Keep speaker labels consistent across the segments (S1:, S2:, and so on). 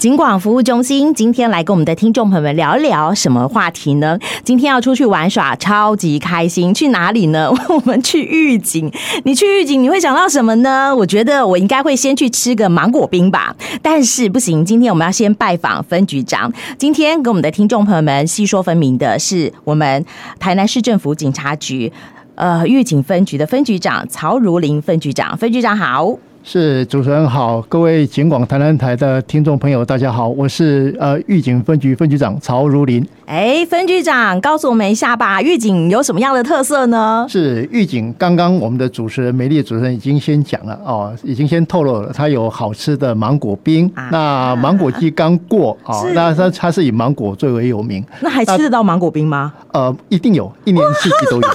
S1: 警广服务中心今天来跟我们的听众朋友们聊一聊什么话题呢？今天要出去玩耍，超级开心。去哪里呢？ 我们去预警。你去预警，你会想到什么呢？我觉得我应该会先去吃个芒果冰吧。但是不行，今天我们要先拜访分局长。今天跟我们的听众朋友们细说分明的是我们台南市政府警察局呃预警分局的分局长曹如林分局长。分局长好。
S2: 是主持人好，各位警广台南台的听众朋友，大家好，我是呃狱警分局分局长曹如林。
S1: 哎，分局长，告诉我们一下吧，预警有什么样的特色呢？
S2: 是狱警，刚刚我们的主持人美丽的主持人已经先讲了哦，已经先透露了，它有好吃的芒果冰，
S1: 啊
S2: 那芒果季刚过啊、哦
S1: 是，
S2: 那它它是以芒果最为有名，
S1: 那还吃得到芒果冰吗？
S2: 呃，一定有，一年四季都有。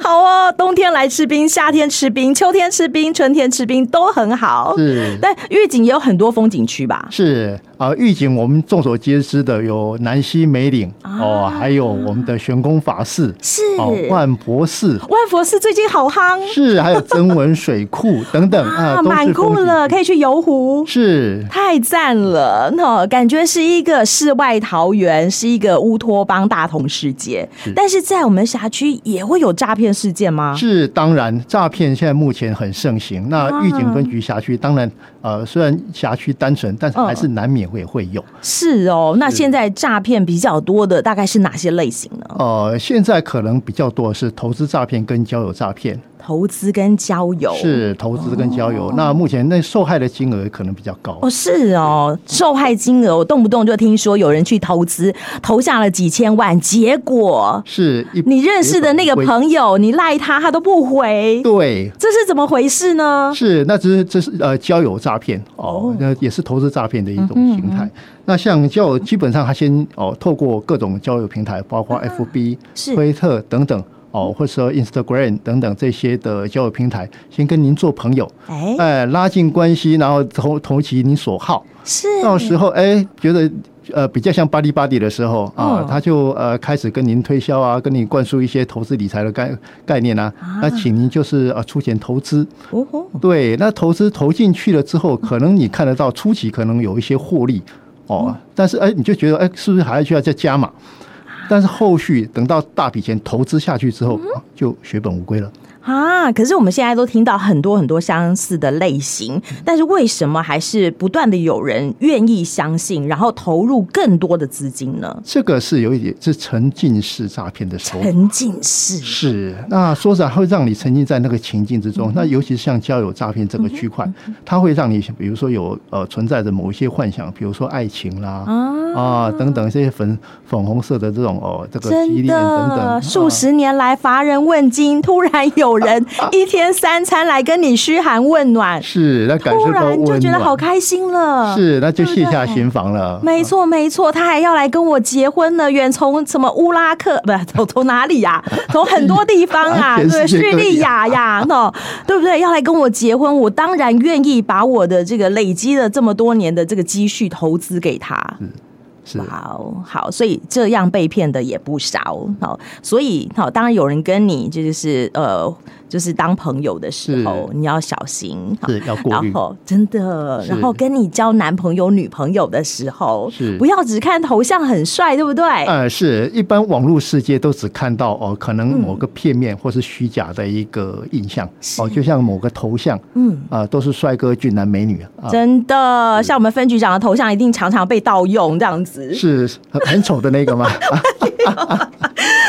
S1: 好哦，冬天来吃冰，夏天吃冰，秋天吃冰，春天吃冰都很好。
S2: 是
S1: 但预警也有很多风景区吧？
S2: 是啊，狱警我们众所皆知的有南溪梅岭哦，还有我们的玄功法寺
S1: 啊是
S2: 哦，万佛寺。
S1: 万佛寺最近好 夯
S2: 是，还有增文水库等等啊，
S1: 啊，
S2: 都
S1: 蛮
S2: 是
S1: 酷
S2: 风景
S1: 了，可以去游湖。
S2: 是
S1: 太赞了，那感觉是一个世外桃源，是一个乌托邦大同世界。但是在我们辖区也会有诈骗事件吗？
S2: 是，当然，诈骗现在目前很盛行。
S1: 啊
S2: 那狱警分局辖区，当然，呃，虽然辖区单纯，但是还是难免会会有。
S1: 是哦，那现在诈骗比较多的大概是哪些类型呢？
S2: 呃，现在可能比较多的是投资诈骗跟交友诈骗，
S1: 投资跟交友
S2: 是投资跟交友。那目前那受害的金额可能比较高
S1: 哦，。是哦，受害金额我动不动就听说有人去投资，投下了几千万，结果
S2: 是一
S1: 你认识的那个朋友，你赖他，他都不回，
S2: 对。
S1: 这是怎么回事呢？
S2: 是，那只是这是呃交友诈骗哦
S1: 哦，嗯
S2: 那也是投资诈骗的一种形态。那像交友，基本上他先哦透过各种交友平台，包括 FB、
S1: 嗯是
S2: 推特等等哦，或者说 Instagram 等等这些的交友平台，先跟您做朋友，
S1: 哎，
S2: 哎，拉近关系，然后投投其你所好。
S1: 是
S2: 到时候哎，觉得呃比较像巴迪巴迪的时候啊
S1: 嗯，
S2: 他就呃开始跟您推销啊，跟你灌输一些投资理财的概概念啊
S1: 啊，
S2: 那请您就是呃出钱投资。
S1: 哦吼
S2: 对，那投资投进去了之后，可能你看得到初期可能有一些获利哦，但是哎，你就觉得哎，是不是还需要再加码？但是后续等到大笔钱投资下去之后，啊就血本无归了。
S1: 啊！可是我们现在都听到很多很多相似的类型，但是为什么还是不断的有人愿意相信，然后投入更多的资金呢？
S2: 这个是有一点是沉浸式诈骗的手法。
S1: 沉浸式
S2: 是，那说实话会让你沉浸在那个情境之
S1: 嗯
S2: 中。那尤其是像交友诈骗这个区块，它会让你比如说有呃存在着某一些幻想，比如说爱情啦
S1: 啊，
S2: 啊等等这些粉粉红色的这种哦这个
S1: 真
S2: 激烈等
S1: 的
S2: 等，
S1: 数
S2: 啊
S1: 十年来乏人问津，突然有人 一天三餐来跟你嘘寒问暖，
S2: 是，那感
S1: 突
S2: 受到
S1: 然
S2: 温
S1: 就
S2: 暖，
S1: 觉得好开心了。。
S2: 是，那就
S1: 对不对
S2: 卸下心防了。
S1: 没错，没错，他还要来跟我结婚呢，远从什么乌拉克， 不从从哪里 呀、从很多地方啊，
S2: 全
S1: 对，
S2: 世界
S1: 叙
S2: 各地啊
S1: 利亚呀， 喏，对不对？要来跟我结婚，我当然愿意把我的这个累积了这么多年的这个积蓄投资给他。
S2: 是
S1: 哇哦，好，所以这样被骗的也不少。好，所以好，当然有人跟你就是呃，就是当朋友的时候，
S2: 是
S1: 你要小心。好
S2: 是要过
S1: 然
S2: 滤，
S1: 后真的，
S2: 是
S1: 然后跟你交男朋友、女朋友的时候，
S2: 是
S1: 不要只看头像很帅，对不对？
S2: 呃，是一般网络世界都只看到哦，可能
S1: 嗯
S2: 某个片面或是虚假的一个印象哦，就像某个头像，
S1: 嗯，
S2: 啊，都是帅哥、俊男、美女啊，
S1: 真的，像我们分局长的头像一定常常被盗用这样子，
S2: 是很很丑的那个吗？ 啊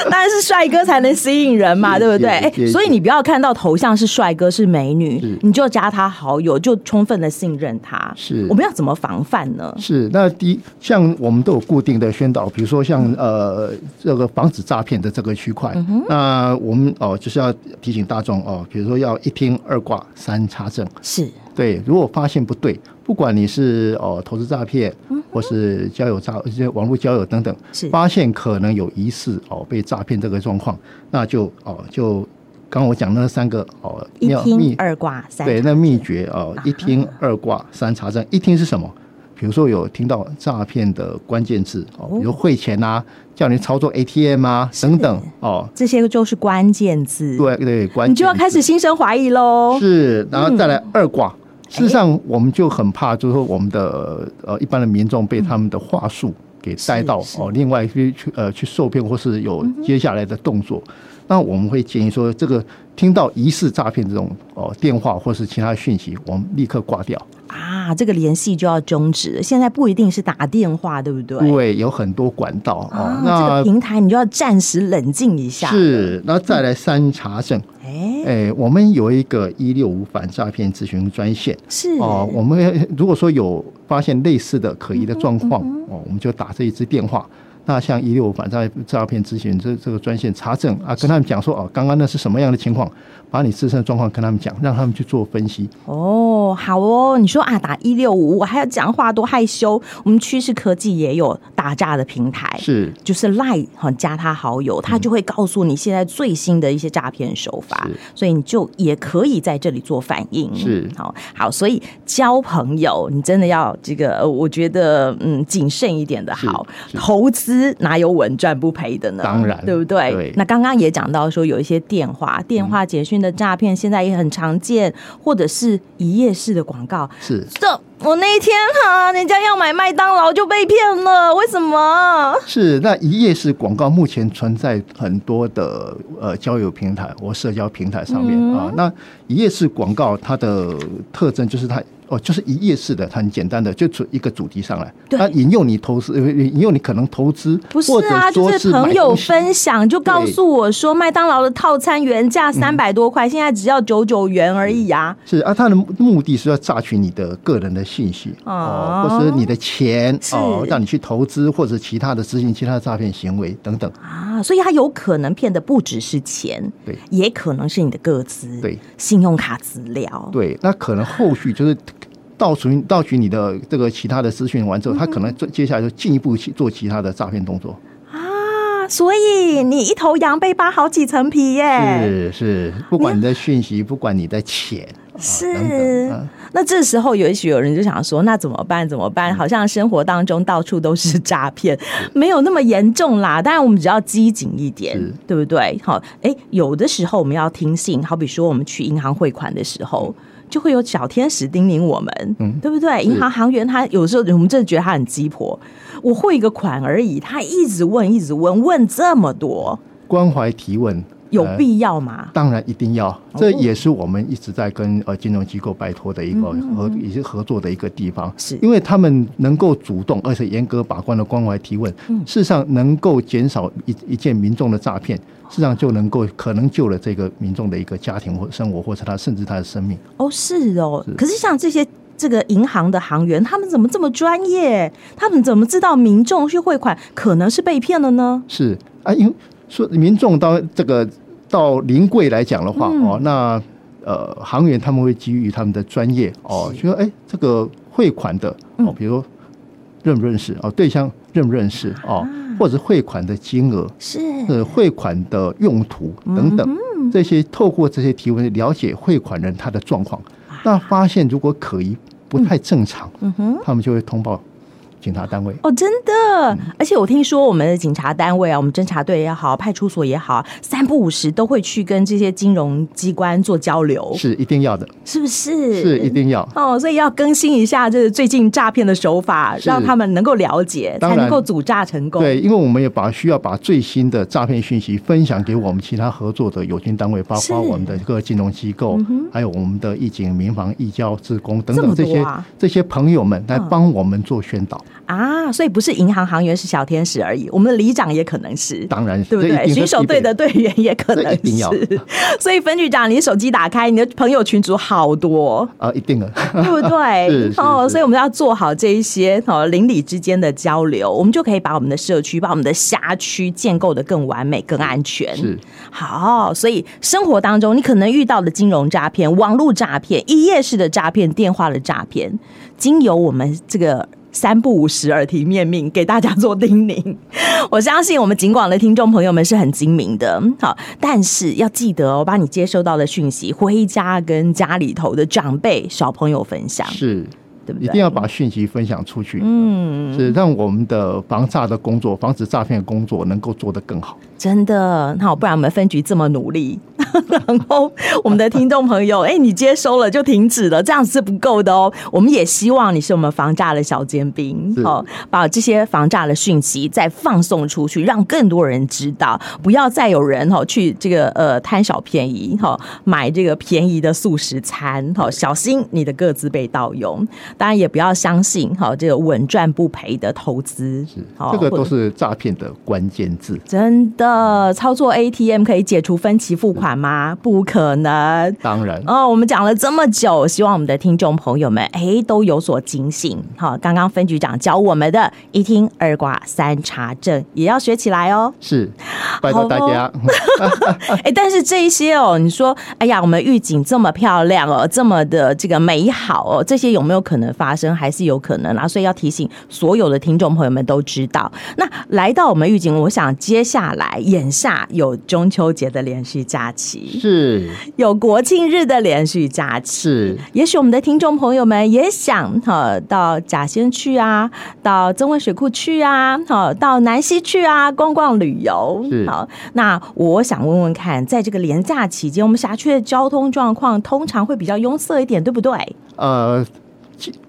S1: 当然是帅哥才能吸引人嘛，
S2: 是
S1: 对不对？
S2: 是
S1: 哎
S2: 是，是
S1: 所以你不要看到头像是帅哥是美女
S2: 是，
S1: 你就加他好友，就充分的信任他。
S2: 是
S1: 我们要怎么防范呢？
S2: 是，那第一，像我们都有固定的宣导，比如说像呃这个防止诈骗的这个区块，
S1: 嗯
S2: 那我们哦就是要提醒大众哦，比如说要一听二挂三查证。
S1: 是
S2: 对，如果发现不对，不管你是哦投资诈骗，或是交友诈、一些网络交友等等
S1: 嗯是，
S2: 发现可能有疑似哦被诈骗这个状况，那就哦就刚我讲那三个哦
S1: 一
S2: 要
S1: 听
S2: 密
S1: 二挂三，啊
S2: 对，那秘诀哦，一听二挂三查证，一听是什么？比如说有听到诈骗的关键字哦，比如汇钱啊，叫你操作 ATM 啊等等哦，
S1: 这些就是关键字，
S2: 对对，关键
S1: 你就要开始嗯
S2: 字
S1: 心生怀疑喽。
S2: 是，然后再来二挂事实上，我们就很怕，就是说我们的呃一般的民众被他们的话术给带到
S1: 是是嗯
S2: 哦，另外去去呃去受骗，或是有接下来的动作。那我们会建议说，这个听到疑似诈骗这种哦电话或是其他讯息，我们立刻挂掉。
S1: 啊，这个联系就要终止了。现在不一定是打电话，对不对？
S2: 因为有很多管道哦
S1: 啊，，这
S2: 那
S1: 个平台你就要暂时冷静一下。，
S2: 是那再来三查证。
S1: 哎，
S2: 哎，我们有一个一六五反诈骗咨询专线。
S1: 是
S2: 哦，我们如果说有发现类似的可疑的状况，
S1: 嗯
S2: 哦，我们就打这一支电话。那像一六反诈诈骗咨询这这个专线查证啊，跟他们讲说哦，刚刚那是什么样的情况，把你自身的状况跟他们讲，让他们去做分析。
S1: 哦，好哦，你说啊，打一六五，我还要讲话多害羞。我们趋势科技也有打诈的平台，
S2: 是
S1: 就是赖哈加他好友，
S2: 嗯
S1: 他就会告诉你现在最新的一些诈骗手法
S2: 是，
S1: 所以你就也可以在这里做反应。
S2: 是
S1: 好好，所以交朋友你真的要这个，呃我觉得嗯谨慎一点的好。
S2: 是是
S1: 投资哪有稳赚不赔的呢？
S2: 当然
S1: 对不对？
S2: 对嗯
S1: 那刚刚也讲到说有一些电话、电话简讯的诈骗，现在也很常见，或者是一页式的广告，
S2: 是
S1: 这我那一天哈、人家要买麦当劳就被骗了，为什么？
S2: 是，那一页式广告目前存在很多的呃交友平台或社交平台上面、
S1: 嗯
S2: 啊。那一页式广告它的特征就是它哦，就是一页式的，它很简单的，就主一个主题上来，
S1: 对
S2: 它引诱你投资，呃引诱你可能投资，
S1: 不是
S2: 或者
S1: 啊，就
S2: 说
S1: 是
S2: 买
S1: 朋友
S2: 东西
S1: 分享就告诉我说，麦当劳的套餐原价三百多块，现在只要九九元而已啊。
S2: 是啊，它的目的是要榨取你的个人的信息
S1: 哦
S2: 哦，或者是你的钱
S1: 是
S2: 哦，让你去投资或者其他的执行其他的诈骗行为等等。
S1: 啊，所以他有可能骗的不只是钱，
S2: 对
S1: 也可能是你的个资，
S2: 对，
S1: 信用卡资料，
S2: 对，那可能后续就是盗取盗取你的这个其他的资讯完之后，他可能做接下来就进一步去做其他的诈骗动作。
S1: 啊，所以你一头羊被扒好几层皮耶，
S2: 是是，不管你的讯息，不管你的钱，啊等等啊
S1: 那这时候也许有人就想说，那怎么办？怎么
S2: 嗯
S1: 办？好像生活当中到处都是诈骗， 没有那么严重啦。当然，我们只要机警一点
S2: 是，
S1: 对不对？好，哎，有的时候我们要听信，好比说我们去银行汇款的时候。就会有小天使叮咛我们，
S2: 嗯
S1: 对不对？银行行员他有时候我们真的觉得他很鸡婆，我汇一个款而已，他一直问，一直问，问这么多，
S2: 关怀提问
S1: 有
S2: 呃
S1: 必要吗？
S2: 当然一定要，这也是我们一直在跟呃金融机构拜托的一个合也是合作的一个地方，
S1: 是
S2: 因为他们能够主动而且严格把关的关怀提问，事实上能够减少一一件民众的诈骗，事实上就能够可能救了这个民众的一个家庭或生活，或者他甚至他的生命。
S1: 哦，是哦。可是像这些这个银行的行员，他们怎么这么专业？他们怎么知道民众去汇款可能是被骗了呢？
S2: 是啊，因为说民众到这个到临柜来讲的话，
S1: 嗯
S2: 哦，那呃，行员他们会基于他们的专业哦，就说哎，这个汇款的
S1: 嗯
S2: 哦，比如说认不认识哦，对象认不认识哦，
S1: 啊
S2: 或者是汇款的金额。
S1: 是
S2: 呃，汇款的用途等
S1: 嗯
S2: 等，这些透过这些提问了解汇款人他的状况，
S1: 啊
S2: 那发现如果可疑不
S1: 嗯
S2: 太正常，他们就会通报警察单位。
S1: 哦，真的。
S2: 嗯
S1: 而且我听说我们的警察单位啊，我们侦查队也好，派出所也好，三不五时都会去跟这些金融机关做交流，
S2: 是一定要的，
S1: 是不哦是？
S2: 是一。定要。
S1: 哦，所以要更新一下这个最近诈骗的手法，
S2: 是
S1: 让他们能够了解，
S2: 当
S1: 才
S2: 然
S1: 能够阻诈成功。
S2: 对，因为我们也把需要把最新的诈骗讯息分享给我们其他合作的友军单位，包
S1: 是嗯
S2: 括我们的各个金融机构，还有我们的义警、民防、义交、职工等等
S1: 这
S2: 这
S1: 么多
S2: 些
S1: 啊
S2: 这些朋友们来帮我们做宣导。
S1: 啊，所以不是银行行员是小天使而已，我们的里长也可能是，
S2: 当然，
S1: 对不
S2: 这一
S1: 对？
S2: 定是
S1: 巡守
S2: 必备
S1: 队的队员也可能
S2: 这一定要
S1: 是， 所以分局长，你手机打开，你的朋友群组好多，
S2: 啊，一定的。
S1: 对不对？
S2: 是是
S1: 哦，
S2: 是
S1: 所以我们要做好这一些哦邻里之间的交流，我们就可以把我们的社区、把我们的辖区建构的更完美、更安全。
S2: 是
S1: 好，所以生活当中你可能遇到的金融诈骗、网络诈骗、一夜式的诈骗、电话的诈骗，经由我们这个。三不五时耳提面命，给大家做叮咛。我相信我们警广的听众朋友们是很精明的，好，但是要记得哦，把你接收到的讯息回家跟家里头的长辈、小朋友分享，
S2: 是，
S1: 对不
S2: 一
S1: 对？
S2: 定要把讯息分享出去。
S1: 嗯，
S2: 是让我们的防诈的工作、防止诈骗的工作能够做得更好。
S1: 真的，好，不然我们分局这么努力， 然后我们的听众朋友，哎、你接收了就停止了，这样是不够的哦。我们也希望你是我们防诈的小尖兵，
S2: 是
S1: 哦，把这些防诈的讯息再放送出去，让更多人知道，不要再有人哦去这个呃贪小便宜，哈、哦，买这个便宜的素食餐，哈、哦，小心你的个资被盗用。当然也不要相信哈、哦、这个稳赚不赔的投资，哦
S2: 这个
S1: 或
S2: 都
S1: 者
S2: 是诈骗的关键字。
S1: 真的操作 ATM 可以解除分期付款吗？不可能。
S2: 当然，
S1: 哦，我们讲了这么久，希望我们的听众朋友们哎都有所警醒。好，刚刚分局长教我们的一听二挂三查证也要学起来哦。
S2: 是拜托大家，
S1: 哎，但是这一些哦，你说哎呀，我们预警这么漂亮哦，这么的这个美好哦，这些有没有可能发生？还是有可能啦、所以要提醒所有的听众朋友们都知道。那来到我们预警，我想接下来眼下有中秋节的连续假期，
S2: 是
S1: 有国庆日的连续假期。
S2: 是
S1: 也许我们的听众朋友们也想哈到甲仙去啊，到曾文水库去啊，哈到南溪去啊，逛逛旅游
S2: 是。
S1: 好，那我想问问看，在这个连假期间，我们辖区的交通状况通常会比较拥塞一点，对不对？
S2: 呃，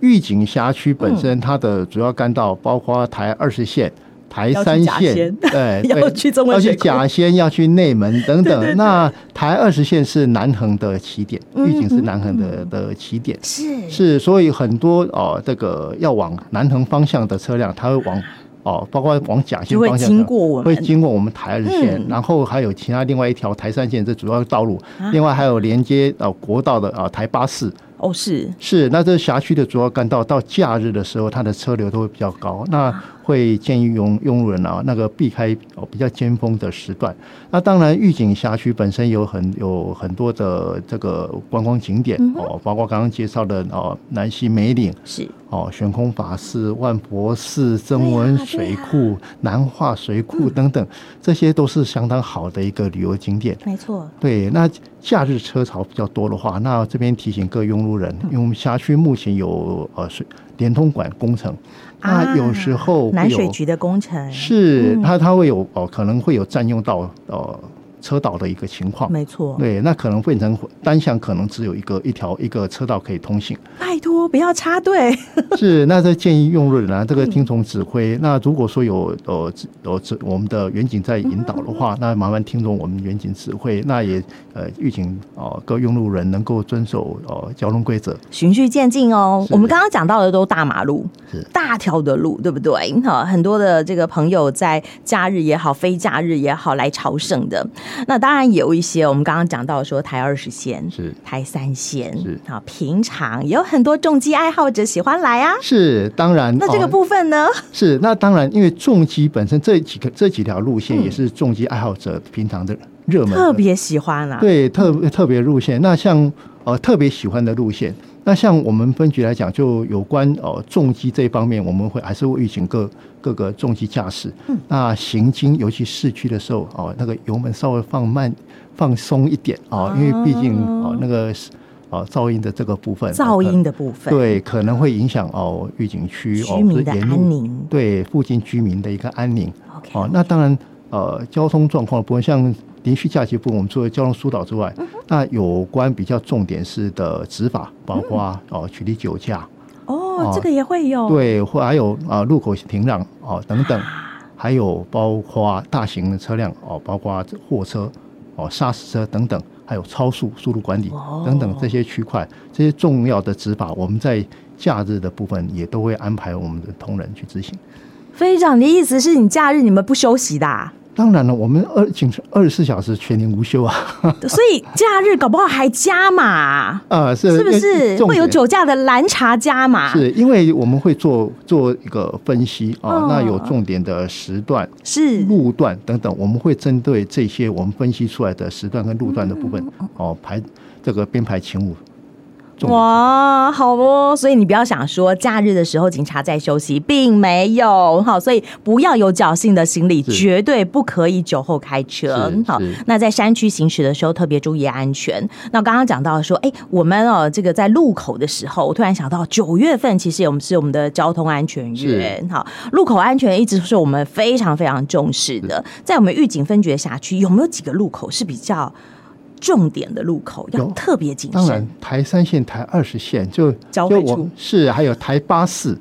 S2: 预警辖区本身它的主要干道包括台二十线。台
S1: 要去
S2: 三
S1: 甲
S2: 线
S1: 仙，
S2: 对
S1: 要
S2: 对
S1: 去中文
S2: 要去
S1: 水库
S2: 甲仙，要去内门等 等。那台二十线是南横的起点，
S1: 嗯
S2: 预警是南横的的起点。
S1: 是
S2: 是，所以很多哦，这个要往南横方向的车辆，它会往哦，包括往甲
S1: 就
S2: 线
S1: 会
S2: 方向
S1: 经
S2: 的
S1: 过我
S2: 会
S1: 们。嗯
S2: 经过我们台二线，然后还有其他另外一条台三线这主要道路，
S1: 啊
S2: 另外还有连接呃国道的啊、呃台八四
S1: 哦，是
S2: 是，那这辖区的主要干道到假日的时候，它的车流都会比较高，那会建议用用路人啊那个避开哦比较尖峰的时段。那当然，预警辖区本身有很有很多的这个观光景点哦，包括刚刚介绍的哦南溪梅岭
S1: 是，
S2: 哦，悬空法寺、万佛寺、增文水库、南化水库等等，这些都是相当好的一个旅游景点。
S1: 没错。
S2: 对，那假日车潮比较多的话，那这边提醒各用路人，
S1: 嗯
S2: 因为我们辖区目前有呃水连通管工程，那有时候
S1: 啊南
S2: 会有
S1: 水局的嗯工程，
S2: 是它它会有哦、可能会有占用到呃车道的一个情况。
S1: 没错。
S2: 哦对，那可能变成单向，可能只有一个一条一个车道可以通行。
S1: 拜托，不要插队。
S2: 是，那这建议用人
S1: 嗯
S2: 啊，这个听从指挥。那如果说有呃指有指我们的远景在引导的
S1: 嗯
S2: 话，那麻烦听从我们远景指挥。那也呃预警哦、各用路人能够遵守呃交通规则。
S1: 循序渐进哦。
S2: 是
S1: 我们刚刚讲到的都大马路
S2: 是、
S1: 大条的路，对不对？哈，很多的这个朋友在假日也好、非假日也好来朝圣的。那当然有一些我们刚刚讲到说台二十线、
S2: 是
S1: 台三线
S2: 是
S1: 啊，平常也有很多重机爱好者喜欢来啊。
S2: 是，当然。
S1: 那这个
S2: 嗯哦
S1: 部分呢？
S2: 是，那当然，因为重机本身这几个这几条路线也是重机爱好者平常的热门的
S1: 嗯特别喜欢啊。
S2: 对特特别路线。那像呃特别喜欢的路线，那像我们分局来讲，就有关呃重机这一方面，我们会还是会预警各各个重机驾驶。嗯，那行经尤其市区的时候，哦、那个油门稍微放慢放松一点
S1: 啊
S2: 哦，因为毕竟哦、那个哦、噪音的这个部分，
S1: 噪
S2: 呃
S1: 音的部分，
S2: 对，可能会影响哦预警区哦
S1: 居民的
S2: 或者沿路
S1: 安宁
S2: 对附近居民的一个安宁。
S1: OK
S2: 哦，那当然呃交通状况的部分，像连续假期部分，我们除了交通疏导之外，那有关比较重点是的执法，包括哦取缔酒驾，
S1: 哦
S2: 哦，
S1: 这个也会有。
S2: 对，或还有啊、路口停让哦等等，还有包括大型的车辆哦，包括货车哦、砂石车等等，还有超速、速度管理
S1: 哦
S2: 等等这些区块，这些重要的执法，我们在假日的部分也都会安排我们的同仁去执行。
S1: 飞长，你的意思是你假日你们不休息的 啊、
S2: 当然了，我们二警二十四小时全年无休啊，
S1: 所以假日搞不好还加码啊、
S2: 啊是
S1: 是不是
S2: 重
S1: 会有
S2: 点
S1: 酒驾的蓝茶加码？
S2: 是因为我们会做做一个分析啊
S1: 哦，
S2: 那有重点的时段、
S1: 是
S2: 路段等等，我们会针对这些我们分析出来的时段跟路段的部
S1: 嗯
S2: 分哦排这个编排勤务。重点
S1: 哇，好哦，所以你不要想说假日的时候警察在休息，并没有好，所以不要有侥幸的心理，
S2: 是
S1: 绝对不可以酒后开车
S2: 是。
S1: 好
S2: 是，
S1: 那在山区行驶的时候特别注意安全。那刚刚讲到说，哎，我们哦这个在路口的时候，我突然想到九月份其实我们是我们的交通安全月，好，路口安全一直是我们非常非常重视的。在我们预警分局的辖区，有没有几个路口是比较？重点的路口，要
S2: 有
S1: 特别谨
S2: 当然
S1: 慎。，
S2: 台三线、台二十线就
S1: 交
S2: 就
S1: 汇
S2: 我
S1: 处
S2: 是还有台八四，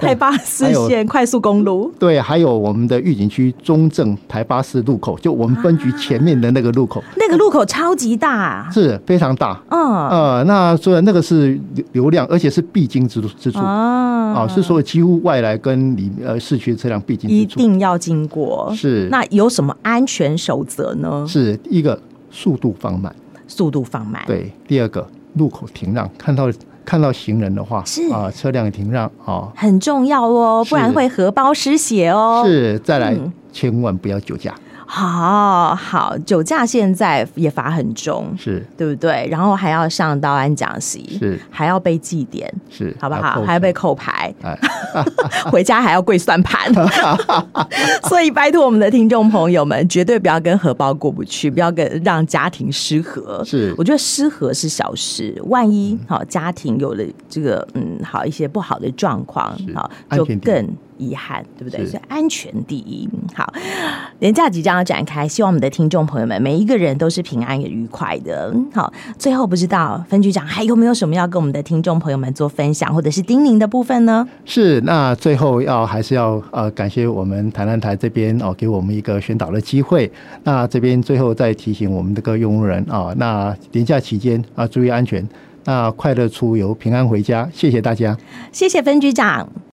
S1: 台
S2: 对
S1: 八四
S2: 还有
S1: 线快速公路，
S2: 对，还有我们的预警区中正台八四路口，就我们分局前面的那个路口、
S1: 那个路口超级大、啊，
S2: 是非常大。
S1: 嗯
S2: 呃，那所以那个是流流量，而且是必经之路之处啊、
S1: 啊
S2: 是说几乎外来跟里呃市区的车辆必经
S1: 一
S2: 之处。
S1: 定要经过。
S2: 是
S1: 那有什么安全守则呢？
S2: 是一个速度放慢，
S1: 速度放慢，，
S2: 对。第二个路口停让，看到看到行人的话
S1: 是
S2: 啊、车辆停让啊、
S1: 很重要哦，
S2: 是
S1: 不然会荷包失血哦。。
S2: 是再来、
S1: 嗯
S2: 千万不要酒驾，
S1: 好好，酒驾现在也罚很重，
S2: 是
S1: 对不对？然后还要上道安讲习，
S2: 是
S1: 还要被祭奠，
S2: 是，
S1: 好不好？
S2: 扣
S1: 还要被
S2: 分
S1: 扣牌，
S2: 哎，
S1: 回家还要跪算盘。 所以拜托我们的听众朋友们，绝对不要跟荷包过不去，不要跟让家庭失和。
S2: 是嗯
S1: 我觉得失和是小事，万一好、家庭有了这个嗯好一些不好的状况，
S2: 是
S1: 好
S2: 安
S1: 就
S2: 全第一
S1: 更遗憾，对不对？
S2: 是
S1: 所以安全第一。嗯好，廉价即将要展开，希望我们的听众朋友们每一个人都是平安也愉快的。嗯好，最后不知道分局长还有没有什么要跟我们的听众朋友们做分享，或者是叮咛的部分呢？
S2: 是，那最后要还是要呃感谢我们台南台这边哦，给我们一个宣导的机会。那这边最后再提醒我们这个用路人啊、那年假期间啊、注意安全，那快乐出游，平安回家，谢谢大家。
S1: 谢谢分局长。